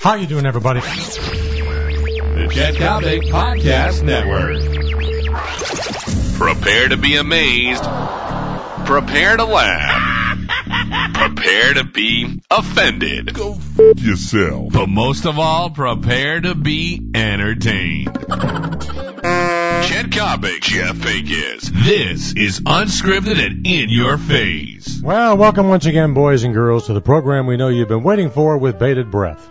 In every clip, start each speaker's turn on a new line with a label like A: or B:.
A: How you doing, everybody?
B: The Jet Topic Podcast Network. Prepare to be amazed. Prepare to laugh. prepare to be offended. Go f- yourself. But most of all, prepare to be entertained. Jet Topic, Jeff Akins. This is unscripted and in your face.
A: Well, welcome once again, boys and girls, to the program we know you've been waiting for with bated breath.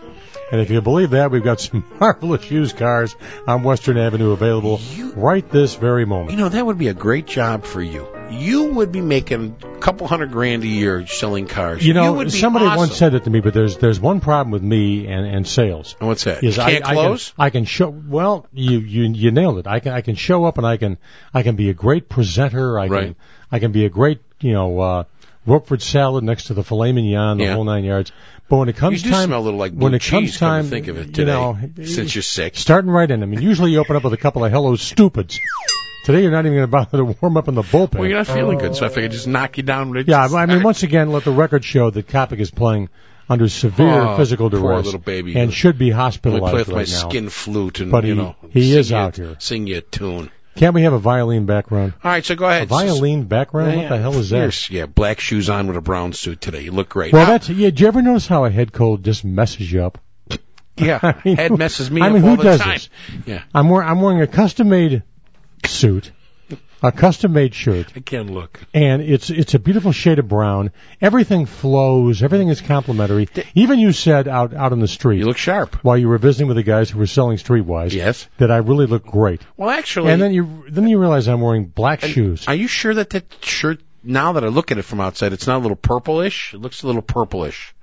A: And if you believe that, we've got some marvelous used cars on Western Avenue available right this very
C: You
A: moment.
C: know, that would be a great job for you. You would be making a couple hundred grand a year selling cars.
A: You know,
C: would be
A: somebody
C: awesome.
A: once said it to me, but there's there's one problem with me and, and sales.
C: And What's that?
A: Is
C: you can't
A: I,
C: close?
A: I can, I can show. Well, you, you you nailed it. I can I can show up and I can I can be a great presenter. I can
C: Right.
A: I can be a great you know uh, Roquefort salad next to the filet mignon, the
C: Yeah.
A: whole nine yards. But when it
C: You
A: comes
C: do
A: time,
C: smell a little like blue
A: when it comes
C: cheese, come
A: time,
C: to think of it today,
A: you know,
C: since you're sick.
A: starting right in. I mean, usually you open up with a couple of hello stupids. Today you're not even going to bother to warm up in the bullpen.
C: Well, you're not feeling good, so I figured just knock you down. with it.
A: Yeah, I mean, once again, let the record show that Kopic is playing under severe
C: Oh,
A: physical
C: poor
A: duress
C: little baby.
A: and should be
C: Let me
A: hospitalized
C: play with
A: right
C: my
A: now.
C: skin flute and,
A: But
C: you
A: he-
C: know,
A: he
C: sing
A: is
C: you, a-
A: out here.
C: Sing you a tune.
A: Can't we have a violin background?
C: All right, so go ahead.
A: Violin background?
C: Yeah,
A: What the hell is that?
C: fierce. Yeah, black shoes on with a brown suit today. You look great.
A: Well,
C: Now-
A: that's yeah. Do you ever notice how a head cold just messes you up?
C: yeah.
A: mean,
C: head
A: who-
C: messes me
A: I
C: up
A: mean,
C: all
A: who
C: the
A: does
C: time.
A: this?
C: Yeah,
A: I'm wearing I'm wearing a custom made suit, a custom made shirt,
C: I can look.
A: and it's it's a beautiful shade of brown. Everything flows. Everything is complimentary. Even you said out out on the street
C: You look sharp.
A: while you were visiting with the guys who were selling streetwise
C: Yes.
A: that I really look great.
C: Well, actually,
A: And then you then you realize I'm wearing black shoes.
C: Are you sure that that shirt, now that I look at it from outside, it's not a little purplish? It looks a little purplish.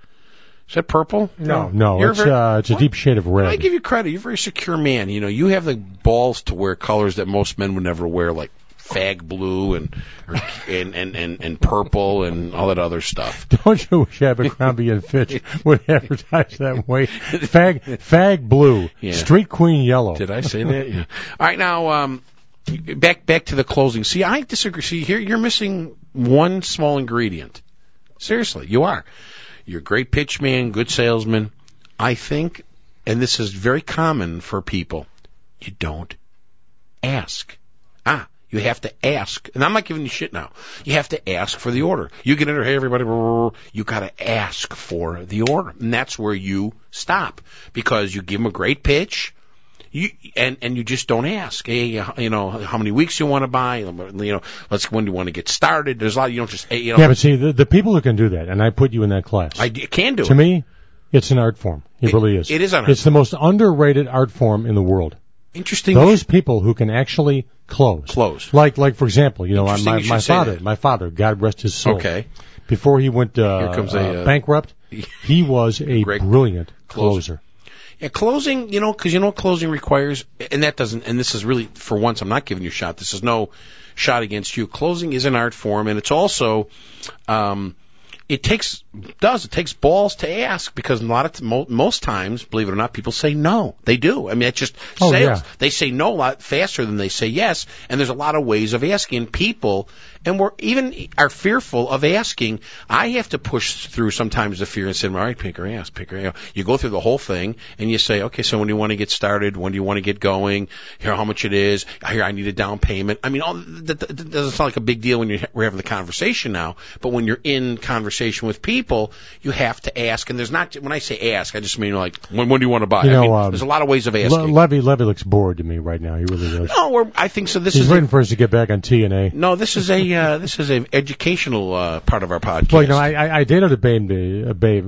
C: Is that purple?
A: no, no,
C: You're
A: it's
C: very-
A: uh, it's a
C: What?
A: deep shade of
C: I
A: red.
C: give you credit. You're a very secure man. You know, you have the balls to wear colors that most men would never wear, like fag blue and or, and, and, and, and purple and all that other stuff.
A: Don't you wish Abercrombie and Fitch would advertise that way? Fag, fag blue,
C: Yeah.
A: street queen yellow.
C: Did I say that? Yeah. All right, now um, back back to the closing. See, I disagree. See, here you're missing one small ingredient. Seriously, you are. You're a great pitch man, good salesman. I think, and this is very common for people. You don't ask. Ah, you have to ask. And I'm not giving you shit now. You have to ask for the order. You get in there, hey everybody, brr, you gotta ask for the order. And that's where you stop. Because you give them a great pitch, you, and, and you just don't ask, hey, uh, you know, how many weeks you want to buy, you know, let's, when do you want to get started? There's a lot, you don't just, hey, you know,
A: Yeah, but see, the, the people who can do that, and I put you in that class.
C: I d- can do
A: to
C: it.
A: me, it's an art form. It,
C: It-
A: really is.
C: it is an art
A: It's the most underrated art form in the world.
C: Interesting.
A: Those people who can actually close.
C: Close.
A: Like, like for example, you know, my
C: Interesting
A: my
C: you should
A: my
C: say
A: father,
C: that.
A: my father, God rest his soul.
C: Okay.
A: Before he went uh,
C: Here comes a,
A: uh,
C: uh,
A: bankrupt, he was a
C: Great
A: brilliant
C: closer. Yeah, closing, you know, because you know what closing requires, and that doesn't, and this is really, for once, I'm not giving you a shot. This is no shot against you. Closing is an art form, and it's also, um, it takes, does, it takes balls to ask because a lot of, t- mo- most times, believe it or not, people say no. They do. I mean, it's just
A: Oh,
C: sales.
A: yeah.
C: They say no a lot faster than they say yes, and there's a lot of ways of asking people, and we're even are fearful of asking. I have to push through sometimes the fear and say, "All right, pick her ass, pick her." ass." You go through the whole thing, and you say, "Okay, so when do you want to get started? When do you want to get going? Here, how much it is? Here, I need a down payment." I mean, all that, that, that doesn't sound like a big deal when you're we're having the conversation now, but when you're in conversation with people, you have to ask, and there's not when I say ask, I just mean like, when, when do you want to buy?
A: You
C: I
A: know,
C: mean,
A: um,
C: there's a lot of ways of
A: closer. Le-
C: asking.
A: Levy Levy looks bored to me right now. He really does.
C: No, we're, I think so. This
A: He's
C: is
A: waiting for us to get back on TNA.
C: no. This is a uh, this is a educational uh, part of our podcast.
A: Well, you know, I, I, I dated a babe, a babe.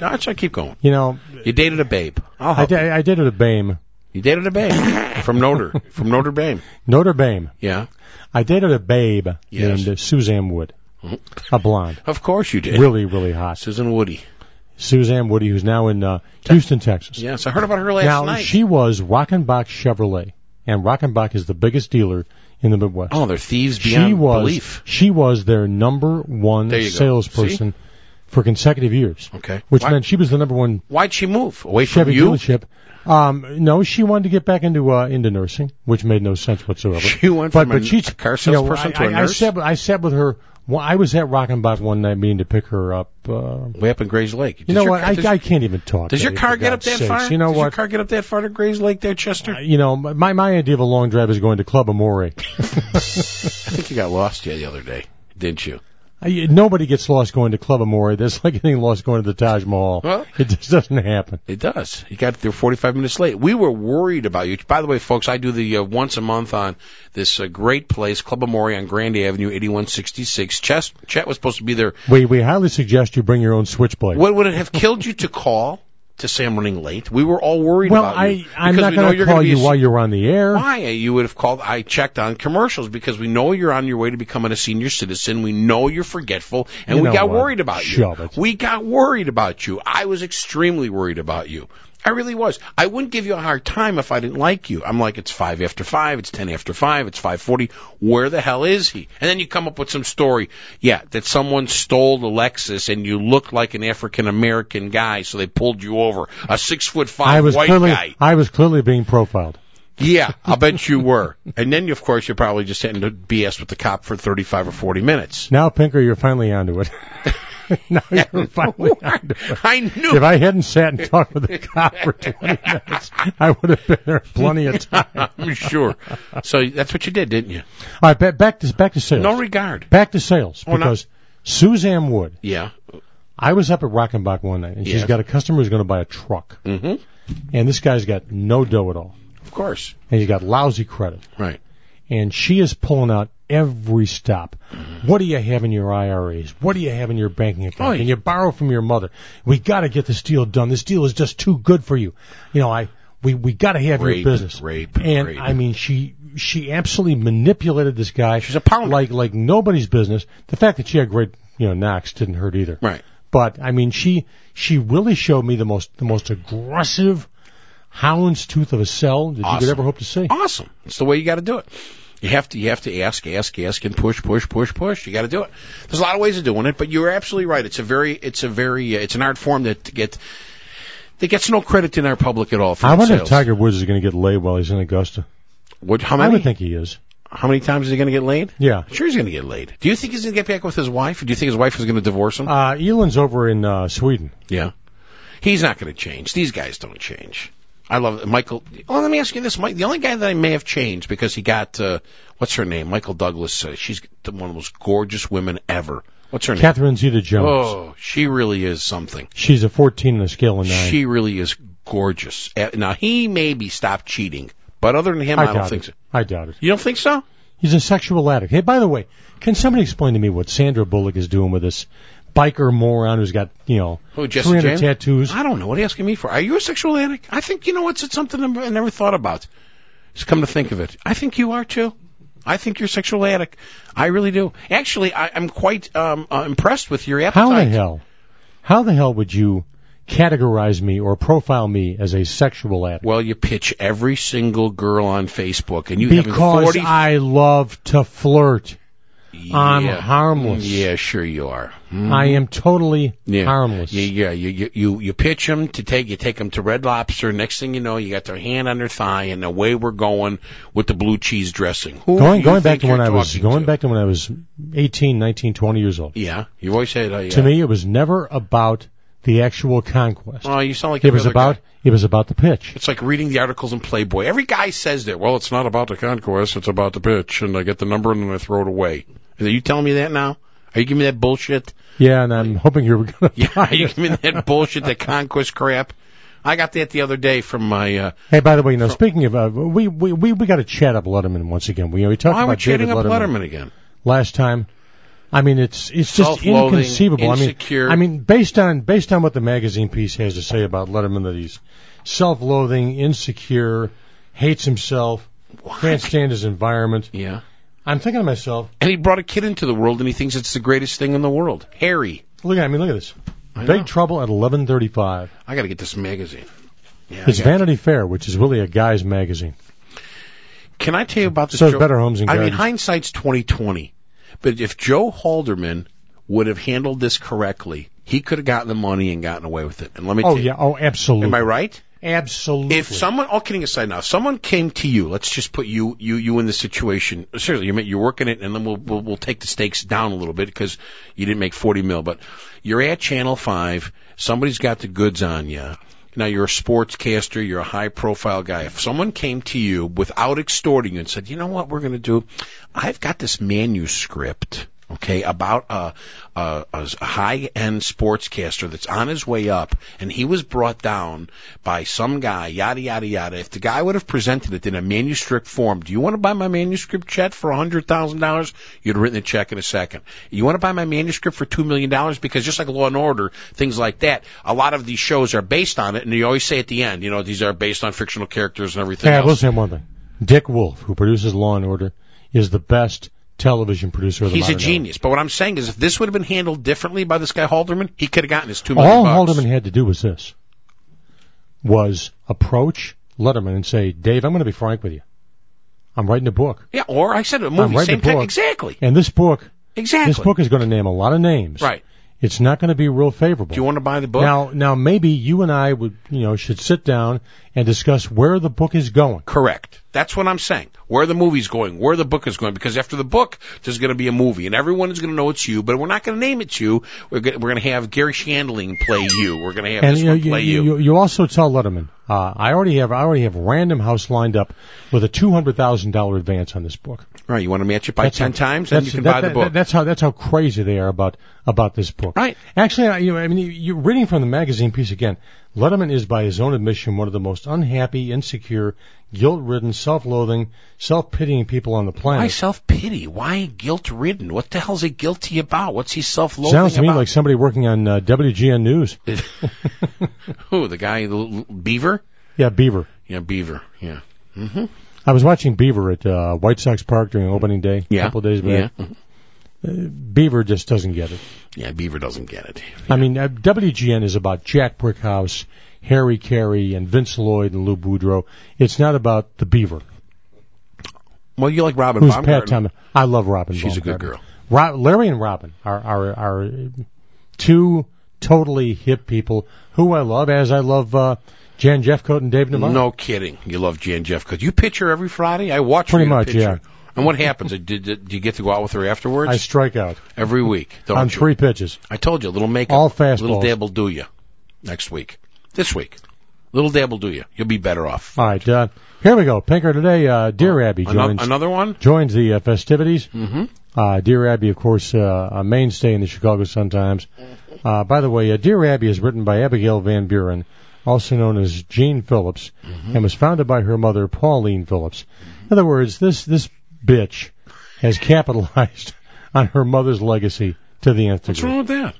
C: No, that's why I keep going.
A: You know,
C: You dated a babe. I'll
A: I,
C: help.
A: da- I dated a babe,
C: you. You dated a babe from Notre from Notre Dame.
A: Notre Dame.
C: Yeah,
A: I dated a babe
C: Yes. Mm-hmm.
A: named Suzanne Wood, a blonde,
C: of course you did.
A: really, really hot.
C: Susan Woody.
A: Suzanne Woody, who's now in uh, Houston, Texas.
C: Yes, I heard about her last
A: now
C: night.
A: she was Rockenbach Chevrolet, and Rockenbach is the biggest dealer in the Midwest.
C: oh, they're thieves beyond
A: she was
C: belief.
A: she was their number one
C: There you go.
A: salesperson for consecutive years,
C: Okay.
A: which
C: Why,
A: meant she was the number one
C: why'd she move away from
A: Chevy
C: you?
A: dealership. Um, no, she wanted to get back into uh, into nursing, which made no sense whatsoever.
C: She went
A: but
C: from
A: but
C: a-
A: she's
C: a car
A: you know, I-
C: salesperson to
A: I-
C: a
A: I
C: nurse?
A: sat, I sat with her Well, I was at Rockin' Box one night meaning to pick her up. Uh,
C: Way up in Grays Lake. Does
A: you know
C: your
A: what?
C: car-
A: I,
C: does,
A: I can't even talk.
C: does your
A: Eddie,
C: car
A: for
C: get up that
A: God's sakes.
C: far?
A: You know
C: does
A: what? Uh,
C: your car get up that far to Grays Lake there, Chester?
A: you know, my my idea of a long drive is going to Club Amore.
C: I think you got lost yeah the other day, didn't you?
A: I, nobody gets lost going to Club Amore. That's like getting lost going to the Taj Mahal.
C: Well-
A: it just doesn't happen.
C: It does. You got there 45 minutes late. We were worried about you. By the way, folks, I do the uh, once a month on this uh, great place, Club Amore on Grand Avenue, 8166. Chet, Chet was supposed to be there.
A: We we highly suggest you bring your own switchblade.
C: What would it have killed you to call to say I'm running late? We were all worried
A: well,
C: about you.
A: I I'm
C: because
A: not
C: we know
A: going to
C: you're gonna
A: call
C: be
A: you
C: a
A: while you're on the air.
C: why you would have called i checked on commercials because we know you're on your way to becoming a senior citizen we know you're forgetful and
A: You
C: we
A: know
C: got
A: what?
C: worried about you
A: Shove it.
C: we got worried about you i was extremely worried about you I really was. I wouldn't give you a hard time if I didn't like you. I'm like, it's five after five, it's ten after five, it's five forty. Where the hell is he? And then you come up with some story, yeah, that someone stole the Lexus and you looked like an African American guy, so they pulled you over. A six foot
A: I
C: five
A: was
C: white
A: clearly
C: guy.
A: I was clearly being profiled.
C: Yeah, I'll bet you were. And then, of course, you probably just had to BS with the cop for 35 or 40 minutes.
A: Now, Pinker, you're finally onto it. now you're finally onto it.
C: I knew.
A: If I hadn't sat and talked with the cop for 20 minutes, I would have been there plenty of time.
C: I'm sure. So that's what you did, didn't you?
A: All right, ba- back to back to sales.
C: No Oh, regard.
A: back to sales
C: Well, not-
A: because Suzanne Wood.
C: Yeah.
A: I was up at Rockenbach one night, and she's
C: Yes.
A: got a customer who's going to buy a truck,
C: hmm
A: and this guy's got no dough at all,
C: Of course.
A: and he's got lousy credit,
C: Right.
A: and she is pulling out every stop. What do you have in your IRAs? What do you have in your banking account?
C: Oh, yeah.
A: Can you borrow from your mother? We got to get this deal done. This deal is just too good for you. You know, I we we got to have
C: Rape,
A: your business.
C: rape,
A: and
C: rape.
A: I mean, she she absolutely manipulated this guy. She's
C: a pounder.
A: like like nobody's business. The fact that she had great you know knocks didn't hurt either.
C: Right.
A: But I mean, she she really showed me the most the most aggressive hound's tooth of a cell that you
C: Awesome.
A: could ever hope to see.
C: Awesome. It's the way you got to do it. You have to you have to ask, ask, ask, and push, push, push, push. You got to do it. There's a lot of ways of doing it, but you're absolutely right. It's a very it's a very uh, it's an art form that get that gets no credit in our public at all. For
A: I
C: its
A: wonder if
C: sales.
A: Tiger Woods is going to get laid while he's in Augusta.
C: What, how
A: I
C: many
A: would think he is.
C: how many times is he going to get laid?
A: Yeah.
C: Sure, he's going to get laid. Do you think he's going to get back with his wife? Or do you think his wife is going to divorce him?
A: Uh, Elon's over in uh, Sweden.
C: yeah. He's not going to change. These guys don't change. I love Michael. Well, let me ask you this, Mike. The only guy that I may have changed because he got uh, what's her name, Michael Douglas. Uh, she's the one of the most gorgeous women ever. What's her name?
A: Catherine Zeta-Jones.
C: Oh, she really is something.
A: She's a 14 on a scale of 9.
C: She really is gorgeous. Uh, Now he maybe stopped cheating, but other than him,
A: I,
C: I,
A: doubt
C: don't
A: it.
C: think so.
A: I doubt it.
C: You don't think so?
A: He's a sexual addict. Hey, by the way, can somebody explain to me what Sandra Bullock is doing with this biker moron who's got, you know,
C: Oh, Jesse
A: 300
C: James?
A: tattoos?
C: I don't know. What are you asking me for? Are you a sexual addict? I think, you know, it's, it's something I never thought about. Just come to think of it. I think you are too. I think you're a sexual addict. I really do. Actually, I, I'm quite um, uh, impressed with your appetite.
A: How the hell? How the hell would you categorize me or profile me as a sexual addict?
C: Well, you pitch every single girl on Facebook, and you have
A: because
C: 40...
A: I love to flirt. I'm
C: Yeah.
A: harmless.
C: Yeah, sure you are.
A: I am totally
C: Yeah.
A: harmless.
C: Yeah, yeah. You, you you you pitch them to take you take them to Red Lobster. Next thing you know, you got their hand on their thigh, and away we're going with the blue cheese dressing. Who do
A: Going
C: you
A: going back
C: think
A: to when
C: you're
A: I was
C: talking
A: going
C: to?
A: back to when I was 18, 19, 20 years old.
C: Yeah, you always said uh, yeah.
A: To me, it was never about the actual conquest.
C: Oh, you sound like
A: it
C: every
A: was
C: other
A: about
C: guy.
A: it was about the pitch.
C: It's like reading the articles in Playboy. Every guy says that. Well, it's not about the conquest; it's about the pitch, and I get the number and then I throw it away. Are you telling me that now? Are you giving me that bullshit?
A: Yeah, and I'm hoping you're going to.
C: Yeah, are you giving me that bullshit, that conquest crap? I got that the other day from my. Uh,
A: Hey, by the way, you know, speaking of, uh, we we we, we got to chat up Letterman once again. We we talked
C: why are we
A: about David
C: chatting up
A: Letterman,
C: Letterman again?
A: last time. I mean, it's it's just
C: Self-loathing,
A: inconceivable.
C: insecure.
A: I mean, I mean, based on based on what the magazine piece has to say about Letterman, that he's self-loathing, insecure, hates himself, can't stand his environment.
C: Yeah.
A: I'm thinking to myself,
C: And he brought a kid into the world, and he thinks it's the greatest thing in the world. Harry,
A: look at I mean, look at this.
C: I know.
A: Big Trouble at 11:35.
C: I got to get this magazine. Yeah, I
A: It's
C: got-
A: Vanity Fair, which is really a guy's magazine.
C: Can I tell you about this?
A: So it's
C: Joe-
A: Better Homes and
C: I mean,
A: Gardens.
C: hindsight's twenty twenty, but if Joe Halderman would have handled this correctly, he could have gotten the money and gotten away with it. And let me.
A: Oh
C: tell you,
A: yeah, oh absolutely.
C: Am I right?
A: Absolutely.
C: If someone, all kidding aside now, if someone came to you, let's just put you, you, you in the situation. Seriously, you're, ma- you're working it, and then we'll, we'll, we'll take the stakes down a little bit because you didn't make 40 mil, but you're at Channel 5, somebody's got the goods on you. Now you're a sportscaster, you're a high profile guy. If someone came to you without extorting you and said, you know what we're going to do? I've got this manuscript okay, about a, a, a high end sportscaster that's on his way up, and he was brought down by some guy, yada, yada, yada. If the guy would have presented it in a manuscript form, do you want to buy my manuscript check for a $100,000? You'd have written the check in a second. You want to buy my manuscript for $2 million? Because just like Law and Order, things like that, a lot of these shows are based on it, and you always say at the end, you know, these are based on fictional characters and everything
A: Hey, I
C: else.
A: will say one thing. Dick Wolf, who produces Law and Order, is the best television producer of the
C: He's a
A: modern era.
C: genius. But what I'm saying is, if this would have been handled differently by this guy Halderman, he could have gotten his two million.
A: All
C: bucks.
A: Haldeman had to do was this: was approach Letterman and say, "Dave, I'm going to be frank with you. I'm writing a book,
C: Yeah, or I said a
A: I'm
C: movie.
A: writing
C: Same
A: the
C: thing.
A: book.
C: Exactly.
A: and this book,
C: Exactly.
A: this book is going to name a lot of names.
C: Right.
A: It's not going to be real favorable.
C: Do you want to buy the book?
A: now, now maybe you and I would, you know, should sit down and discuss where the book is going.
C: Correct. That's what I'm saying. Where the movie's going, where the book is going, because after the book, there's going to be a movie, and everyone is going to know it's you, but we're not going to name it you. We're going, we're going to have Gary Shandling play you. We're going to have
A: And
C: this
A: you, know,
C: one
A: you,
C: play you.
A: you, you also tell Letterman, uh, I already have, I already have Random House lined up with a two hundred thousand dollar advance on this book.
C: Right. You want to match it by
A: That's
C: ten
A: how-
C: times, then
A: that's-
C: you can
A: that-
C: buy the
A: that-
C: book.
A: that's how that's how crazy they are about about this book.
C: Right.
A: Actually, I, you know, I mean, you- you're reading from the magazine piece again. Letterman is, by his own admission, one of the most unhappy, insecure, guilt-ridden, self-loathing, self-pitying people on the
C: Why
A: planet.
C: self pity? Why guilt ridden? What the hell's he guilty about? What's he self loathing
A: Sounds to me
C: about?
A: like somebody working on uh, WGN News.
C: Who the guy? The l- l- Beaver?
A: Yeah, Beaver.
C: Yeah, Beaver. Yeah.
A: I was watching Beaver at uh, White Sox Park during opening day
C: Yeah.
A: a couple of days back.
C: Yeah.
A: Beaver just doesn't get it.
C: Yeah, Beaver doesn't get it.
A: I mean, uh, WGN is about Jack Brickhouse, Harry Carey, and Vince Lloyd and Lou Boudreau. It's not about the Beaver,
C: Well, you like Robin
A: who's
C: Baumgartner.
A: Pat Thomas. I love Robin.
C: She's a good
A: Baumgartner.
C: girl.
A: Ro- Larry and Robin are, are are uh, two totally hip people who I love, as I love uh, Jan Jeffcoat and Dave Navarro.
C: No kidding. You love Jan Jeff because you pitch her every Friday. I watch
A: Pretty
C: her
A: much,
C: pitch
A: yeah.
C: her. And what happens? Did, did, do you get to go out with her afterwards?
A: I strike out
C: every week, don't
A: on
C: you?
A: three pitches.
C: I told you, a little makeup,
A: All
C: fast, little
A: fastballs.
C: dab will do you next week. This week, little dab will do you. You'll be better off.
A: All right, uh, here we go. Pinker today. Uh, Dear Abby
C: Ano-
A: joins
C: Oh, another one.
A: joins the uh, festivities.
C: Mhm.
A: Uh, Dear Abby, of course, uh, a mainstay in the Chicago Sun Times. Uh, by the way, uh, Dear Abby is written by Abigail Van Buren, also known as Jean Phillips, and was founded by her mother, Pauline Phillips. In other words, this this bitch has capitalized on her mother's legacy to the nth
C: What's wrong
A: degree.
C: with that?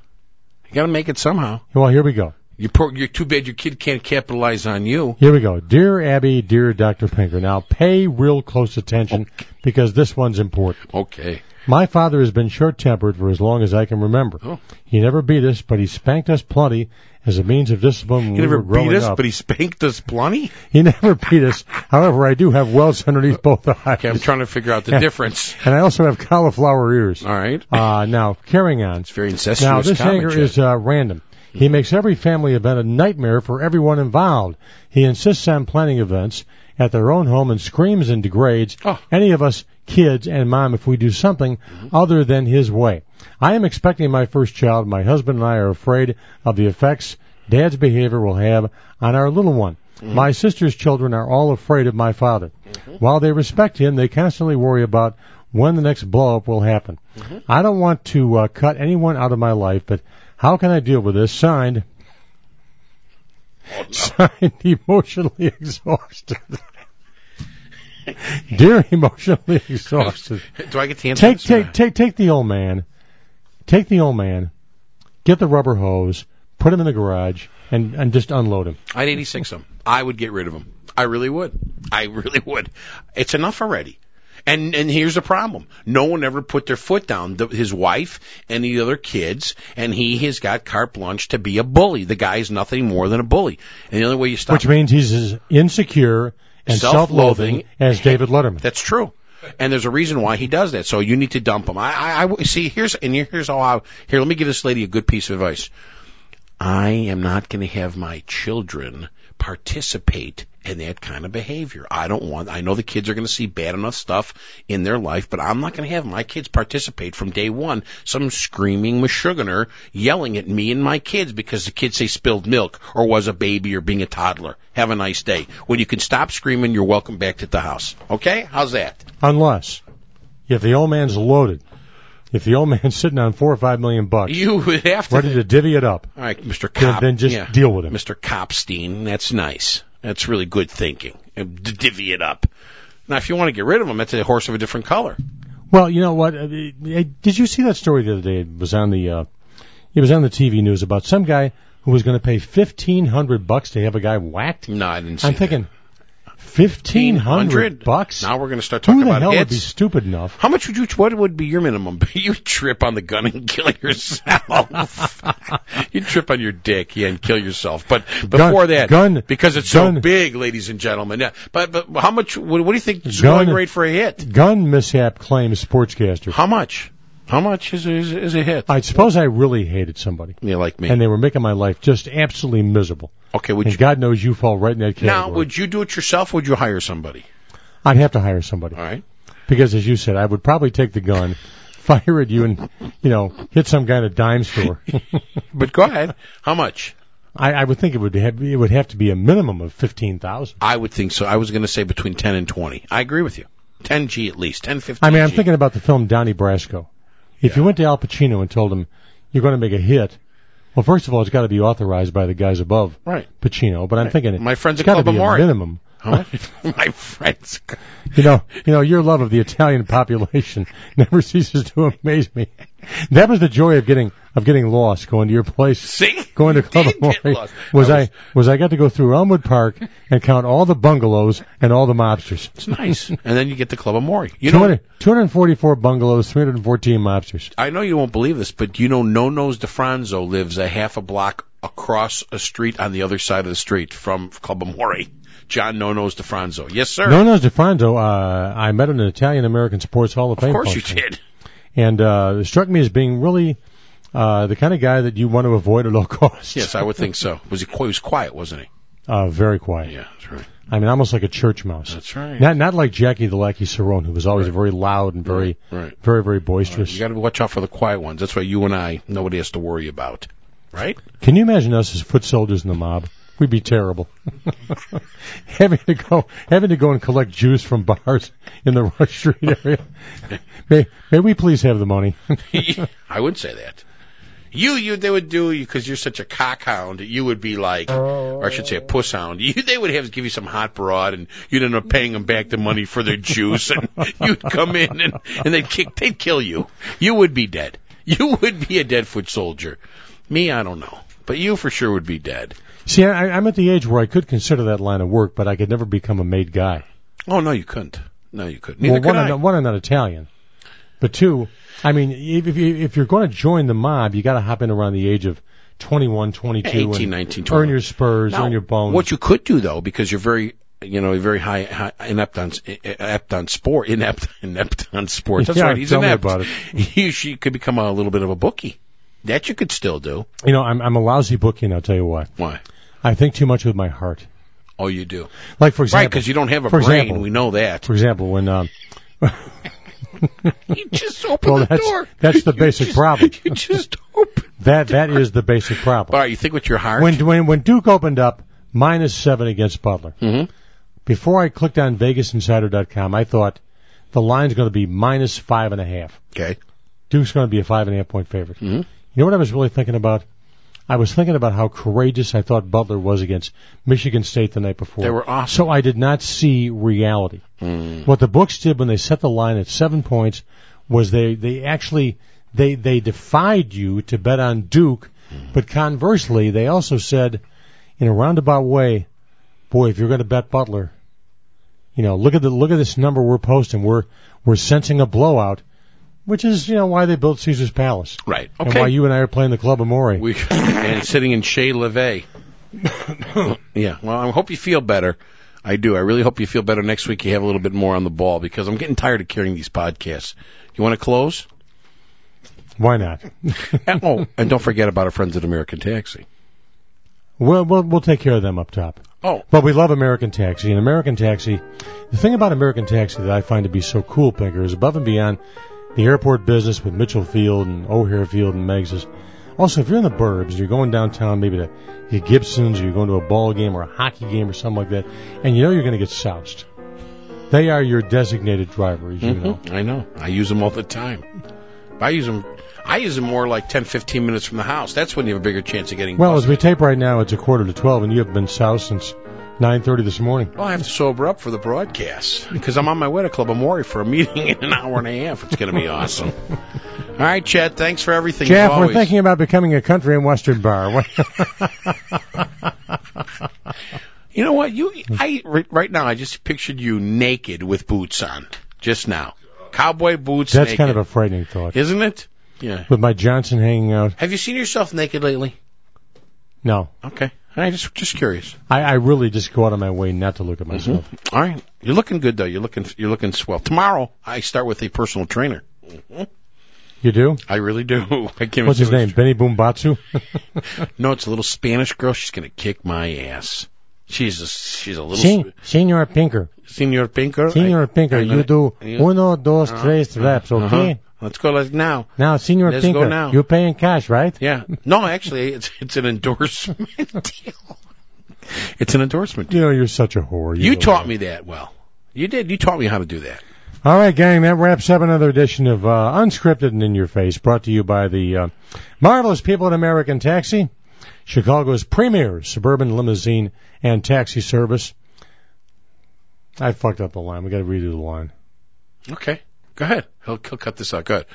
C: You got to make it somehow.
A: Well, here we go.
C: You're, pro- you're too bad your kid can't capitalize on you.
A: Here we go. Dear Abby, dear Dr. Pinker. Now pay real close attention because this one's important.
C: Okay.
A: My father has been short tempered for as long as I can remember.
C: Oh.
A: He never beat us, but he spanked us plenty as a means of discipline when we
C: He never
A: were growing
C: beat us,
A: up.
C: but he spanked us plenty.
A: He never beat us. However, I do have welts underneath both eyes.
C: Okay, I'm trying to figure out the difference.
A: and I also have cauliflower ears.
C: All right.
A: Uh, now, carrying on.
C: It's very incestuous.
A: Now, this
C: comment,
A: anger
C: Chad.
A: is uh, random. He makes every family event a nightmare for everyone involved. He insists on planning events at their own home and screams and degrades
C: Oh.
A: any of us kids and mom if we do something other than his way. I am expecting my first child. My husband and I are afraid of the effects dad's behavior will have on our little one. My sister's children are all afraid of my father. While they respect him, they constantly worry about when the next blow up will happen. I don't want to uh, cut anyone out of my life, but how can I deal with this? Signed, signed emotionally exhausted. Dear emotionally exhausted.
C: Do I get to answer
A: Take
C: this or
A: take
C: not?
A: take take the old man. Take the old man. Get the rubber hose. Put him in the garage and and just unload him.
C: I'd 86 him. I would get rid of him. I really would. I really would. It's enough already. And and here's the problem. No one ever put their foot down. The, his wife and the other kids, and he has got carte blanche to be a bully. The guy is nothing more than a bully. And the only way you stop
A: Which means he's as insecure and
C: Self-loathing.
A: self-loathing as David Letterman.
C: That's true. And there's a reason why he does that. So you need to dump him. I, I, I see. Here's and here's how. I, here, let me give this lady a good piece of advice. I am not going to have my children participate in that kind of behavior. I don't want, I know the kids are going to see bad enough stuff in their life, but I'm not going to have my kids participate from day one. Some screaming Meshuggah yelling at me and my kids because the kids say spilled milk or was a baby or being a toddler. Have a nice day. When you can stop screaming, you're welcome back to the house. Okay? How's that?
A: Unless, if the old man's loaded, if the old man's sitting on four or five million bucks,
C: You would have to.
A: ready to divvy it up,
C: All right, Mr.
A: then,
C: Cop.
A: then just
C: yeah.
A: deal with him.
C: Mr. Copstein. That's nice. That's really good thinking. And d- Divvy it up. Now, if you want to get rid of him, that's a horse of a different color.
A: Well, you know what? Uh, uh, Did you see that story the other day? It was on the uh, it was on the TV news about some guy who was going to pay fifteen hundred bucks to have a guy whacked.
C: No, I didn't see
A: I'm
C: that.
A: thinking fifteen hundred
C: 1,500
A: bucks.
C: Now we're going to start talking
A: Who the
C: about
A: hell would
C: hits.
A: be stupid enough?
C: How much would you? What would be your minimum? you trip on the gun and kill yourself. you trip on your dick, yeah, and kill yourself. But before that,
A: gun,
C: because it's so
A: gun.
C: big, ladies and gentlemen. Yeah. But but how much? What, what do you think is
A: Gun.
C: going rate for a hit?
A: Gun mishap claims sportscaster.
C: How much? How much is is, is a hit?
A: I suppose I really hated somebody,
C: you like me?
A: and they were making my life just absolutely miserable.
C: okay. Would
A: And
C: you
A: God knows you fall right in that category.
C: now? Would you do it yourself? Or would you hire somebody?
A: I'd have to hire somebody
C: All right.
A: because, as you said, I would probably take the gun, fire at you, and you know hit some guy at a dime store.
C: But go ahead. How much?
A: I, I would think it would have it would have to be a minimum of fifteen thousand.
C: I would think so. I was going to say between ten and twenty. I agree with you. Ten G at least. Ten fifteen.
A: I mean, I'm
C: G.
A: thinking about the film Donnie Brasco. If you went to Al Pacino and told him you're going to make a hit, well, first of all, it's got to be authorized by the guys above
C: Right.
A: Pacino. But I'm thinking
C: My friends
A: it's
C: at
A: got to
C: Club
A: be
C: Amore.
A: a minimum.
C: How much? My friends.
A: You know, you know, your love of the Italian population never ceases to amaze me. That was the joy of getting of getting lost, going to your place.
C: See?
A: Going to Club
C: Did
A: Amore
C: get
A: was,
C: lost.
A: I was I got to go through Elmwood Park and count all the bungalows and all the mobsters.
C: It's nice. and then you get the Club Amore. You know,
A: 200, 244 bungalows, 314 mobsters.
C: I know you won't believe this, but you know No Nose DeFranzo lives a half a block across a street on the other side of the street from Club Amore. John No Nose DeFranzo. Yes, sir.
A: No, no, DeFranzo, uh, I met him at an Italian American Sports Hall of Fame.
C: of course you
A: function.
C: did.
A: And uh, it struck me as being really uh, the kind of guy that you want to avoid at all costs.
C: Yes, I would think so. Was he, qu- he was quiet, wasn't he?
A: Uh, very quiet.
C: Yeah, that's right.
A: I mean, almost like a church mouse.
C: That's right.
A: Not not like Jackie the Lackey Cerrone, who was always very loud and very,
C: Right.
A: very, very
C: You
A: boisterous.
C: got to watch out for the quiet ones. That's why you and I, nobody has to worry about. Right?
A: Can you imagine us as foot soldiers in the mob? We'd be terrible. having to go, having to go and collect juice from bars in the Rush Street area. may, may we please have the money?
C: I would say that. You, you, they would do you because you're such a cockhound. You would be like, or I should say, a puss hound. You, they would have give you some hot broad, and you'd end up paying them back the money for their juice, and you'd come in and and they'd kick, they'd kill you. You would be dead. You would be a dead foot soldier. Me, I don't know, but you for sure would be dead.
A: See, I, I'm at the age where I could consider that line of work, but I could never become a made guy.
C: Oh no, you couldn't. No, you couldn't. Neither
A: well, one,
C: could I.
A: I'm not, one, I'm not Italian, but two, I mean, if, if, you- if you're going to join the mob, you got to hop in around the age of 21, 22,
C: 18,
A: and
C: 19,
A: earn
C: 20.
A: your spurs,
C: Now,
A: earn your bones.
C: What you could do though, because you're very, you know, very high, high inept on inept on sport, inept inept on sports. That's
A: Yeah,
C: right. He's
A: tell me
C: inept.
A: about
C: You she could become a little bit of a bookie. That you could still do.
A: you know, I'm, I'm a lousy bookie, and I'll tell you why.
C: Why?
A: I think too much with my heart.
C: Oh, you do.
A: Like for
C: Right,
A: example,
C: because you don't have a
A: For
C: brain.
A: example.
C: we know that.
A: for example, when um,
C: You just open
A: well,
C: the
A: that's
C: door.
A: that's the basic
C: Just-
A: problem.
C: You just open.
A: That that is the basic
C: All
A: problem.
C: right, you think with your heart.
A: When when when Duke opened up minus seven against Butler,
C: Mhm.
A: before I clicked on VegasInsider.com, I thought the line's going to be minus five and a half.
C: okay.
A: Duke's going to be a five and a half point favorite.
C: Mhm.
A: You know what I was really thinking about? I was thinking about how courageous I thought Butler was against Michigan State the night before.
C: They were awesome.
A: So I did not see reality.
C: Hmm.
A: What the books did when they set the line at seven points was they, they actually they they defied you to bet on Duke,
C: Hmm.
A: but conversely they also said in a roundabout way, boy, if you're going to bet Butler, you know, look at the look at this number we're posting. We're we're sensing a blowout, which is you know why they built Caesar's Palace
C: Right.
A: and why
C: Okay.
A: you and I are playing the Club Amore.
C: we and sitting in Shea LaVey. yeah. Well, I hope you feel better. I do. I really hope you feel better next week. You have a little bit more on the ball because I'm getting tired of carrying these podcasts. You want to close?
A: why not?
C: And- oh, and don't forget about our friends at American Taxi.
A: Well, we'll we'll take care of them up top.
C: Oh,
A: But we love American Taxi, and American Taxi, the thing about American Taxi that I find to be so cool, Pinker, is above and beyond the airport business with Mitchell Field and O'Hare Field and Meg's. is- Also, if you're in the burbs, you're going downtown, maybe to the Gibsons, or you're going to a ball game or a hockey game or something like that, and you know you're going to get soused. They are your designated driver, as you know.
C: I know. I use them all the time. I use them. I use them more like 10, 15 minutes from the house. That's when you have a bigger chance of getting.
A: Well, as
C: busted.
A: we tape right now, it's a quarter to 12, and you have been soused since 9.30 this morning.
C: Well, Oh, I have to sober up for the broadcast because I'm on my way to Club Amore for a meeting in an hour and a half. It's going to be awesome. All right, Chad. Thanks for everything. as
A: Jeff, we're
C: always.
A: thinking about becoming a country and western bar. What-
C: You know what? You,
A: Hmm.
C: I ri- right now, I just pictured you naked with boots on. Just now, cowboy boots.
A: That's
C: naked.
A: kind of a frightening thought.
C: isn't it? Yeah.
A: With my Johnson hanging out,
C: Have you seen yourself naked lately?
A: no.
C: Okay. All right. Just, just curious.
A: I, I really just go out of my way not to look at
C: Mm-hmm.
A: myself.
C: All right. You're looking good though. You're looking. You're looking swell. Tomorrow, I start with a personal trainer.
A: You do?
C: I really do. I can't
A: What's his
C: even-
A: name? Benny Boombatsu?
C: No, it's a little Spanish girl. She's gonna kick my ass. She's a, she's a little
A: Sen- Senor Pinker.
C: senior pinker.
A: Senor
C: I-
A: Pinker,
C: I-
A: you do
C: you-
A: uno, dos,
C: Uh-huh.
A: tres reps,
C: Uh-huh.
A: okay?
C: Let's go like now.
A: Now, Senor
C: Let's go
A: Pinker,
C: now.
A: you pay in cash, right?
C: Yeah. No, actually, it's it's an endorsement deal. It's an endorsement deal.
A: You know, you're such a whore.
C: You
A: really
C: taught
A: are.
C: me that well. You did. You taught me how to do that.
A: All right, gang, that wraps up another edition of uh, Unscripted and In Your Face, brought to you by the uh, marvelous people at American Taxi, Chicago's premier suburban limousine and taxi service. I fucked up the line. We got to redo the line.
C: Okay. Go ahead. He'll, he'll cut this out. Go ahead.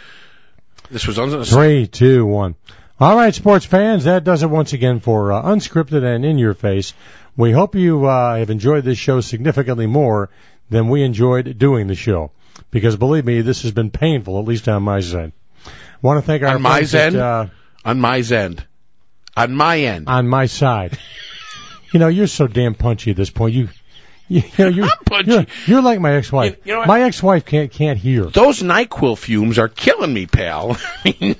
C: This was on.
A: Three, two, one. All right, sports fans, that does it once again for uh, Unscripted and In Your Face. We hope you uh, have enjoyed this show significantly more than we enjoyed doing the show, because believe me, this has been painful, at least on my side. Want to thank our
C: On my
A: friends at,
C: side?
A: uh,
C: on my end. On my end.
A: on my side. you know, you're so damn punchy at this point. You, you, know, you're,
C: I'm punchy.
A: you're you're like my ex-wife.
C: You- you know what?
A: my ex-wife can't can't hear.
C: Those NyQuil fumes are killing me, pal.
A: Let me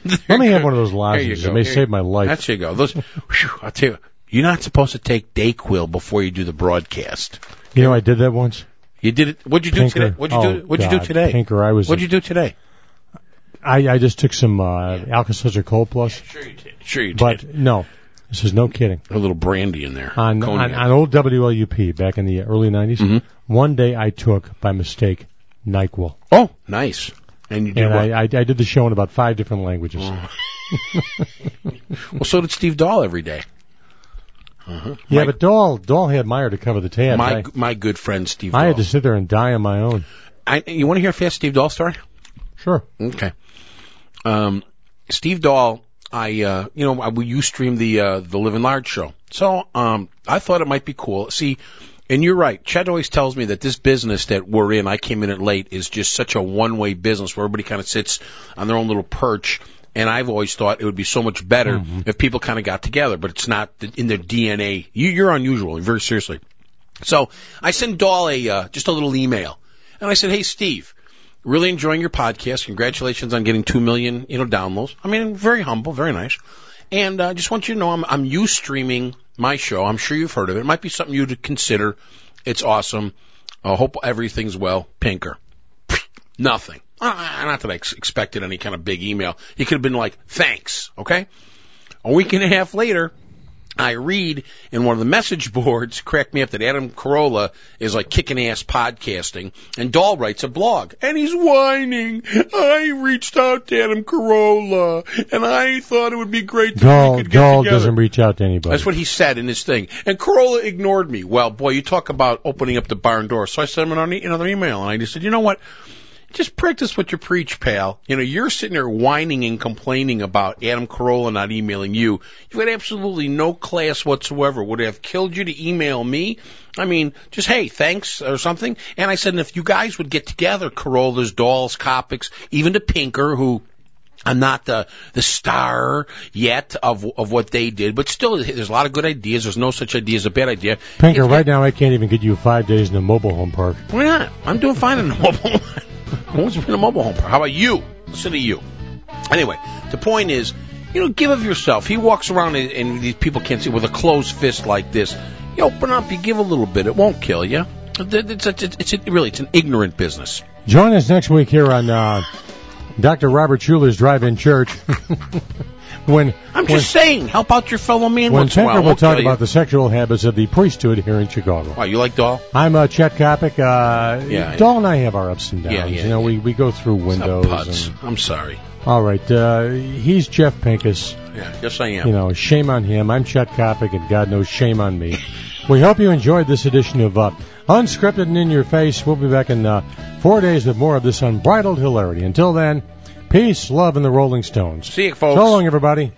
A: have one of those
C: There you
A: lozenges.
C: go.
A: It may
C: Here-
A: save my life.
C: That's you go. Those, whew, I'll tell you, you're not supposed to take Dayquil before you do the broadcast.
A: you know, I did that once.
C: You did it. What'd you do
A: Pinker.
C: today? What'd you do?
A: Oh,
C: What'd you
A: God,
C: do today?
A: Pinker, I was.
C: What'd you do today?
A: I, I just took some uh, Alka-Seltzer Cold Plus,
C: Sure you did. Sure you
A: but
C: did.
A: no, this is no kidding.
C: A little brandy in there.
A: On, on
C: Cognac.
A: on old WLUP back in the early '90s,
C: Mm-hmm.
A: one day I took by mistake Nyquil,
C: oh, nice. And you did
A: and
C: what? Mm.
A: I, I I did the show in about five different languages.
C: well, so did Steve Dahl every day.
A: yeah,
C: My-
A: but Dahl Dahl had Meyer to cover the tabs.
C: my
A: I,
C: my good friend Steve.
A: I had
C: Dahl.
A: to sit there and die on my own.
C: I, you want to hear a fast Steve Dahl story?
A: Sure.
C: Okay. Um, Steve Dahl, I uh, you know, I, we you stream the uh, the Live and Large show, so um, I thought it might be cool. See, and you're right. Chad always tells me that this business that we're in, I came in it late, is just such a one way business where everybody kind of sits on their own little perch. And I've always thought it would be so much better if people kind of got together, but it's not in their DNA. You, you're unusual, very seriously. So I sent Dahl a uh, just a little email, and I said, "Hey Steve, really enjoying your podcast. Congratulations on getting two million, you know, downloads. I mean, very humble, very nice. And uh, just want you to know, I'm I'm you streaming my show. I'm sure you've heard of it. It might be something you to consider. It's awesome. I hope everything's well. Pinker, nothing. Uh, not that I ex- expected any kind of big email. He could have been like, "Thanks." Okay. A week and a half later, I read in one of the message boards, crack me up, that Adam Carolla is like kicking ass podcasting, and Dahl writes a blog, and he's whining. I reached out to Adam Carolla, and I thought it would be great that
A: Dahl
C: we could get
A: Dahl
C: together.
A: doesn't reach out to anybody.
C: That's what he said in his thing. And Corolla ignored me. Well, boy, you talk about opening up the barn door. So I sent him another e- another email, and I just said, you know what? Just practice what you preach, pal. You know, you're sitting there whining and complaining about Adam Carolla not emailing you. You had absolutely no class whatsoever. Would it have killed you to email me. I mean, just hey, thanks or something. And I said, and if you guys would get together, Carolla's, Dolls, Copics, even to Pinker, who I'm not the the star yet of of what they did, but still, there's a lot of good ideas. There's no such idea as a bad idea.
A: Pinker, right now I can't even get you five days in a mobile home park.
C: Why not? I'm doing fine in a mobile home. Who's been a mobile home park? How about you? Listen to you. Anyway, the point is, You know, give of yourself. He walks around and, and these people can't see with a closed fist like this. You open up, you give a little bit. It won't kill you. It's, it's, it's, it's really it's an ignorant business.
A: Join us next week here on uh, Dr. Robert Schuler's Drive-In Church. when
C: I'm just saying, help out your fellow man
A: when
C: once in a
A: Pepper
C: while.
A: will
C: Won't
A: talk
C: kill you.
A: about the sexual habits of the priesthood here in Chicago.
C: Wow, you like doll?
A: I'm uh, Chet Kopic. Uh,
C: Yeah,
A: Dahl and I have our ups and downs.
C: Yeah, yeah,
A: you know, we, we go through windows.
C: Putz.
A: and-
C: I'm sorry.
A: all right, uh, he's Jeff Pincus.
C: Yeah, yes, I am.
A: You know, shame on him. I'm Chet Kopic, and God knows, shame on me. we hope you enjoyed this edition of uh, Unscripted and In Your Face. We'll be back in uh, four days with more of this unbridled hilarity. Until then, peace, love, and the Rolling Stones.
C: See you, folks.
A: So long, everybody.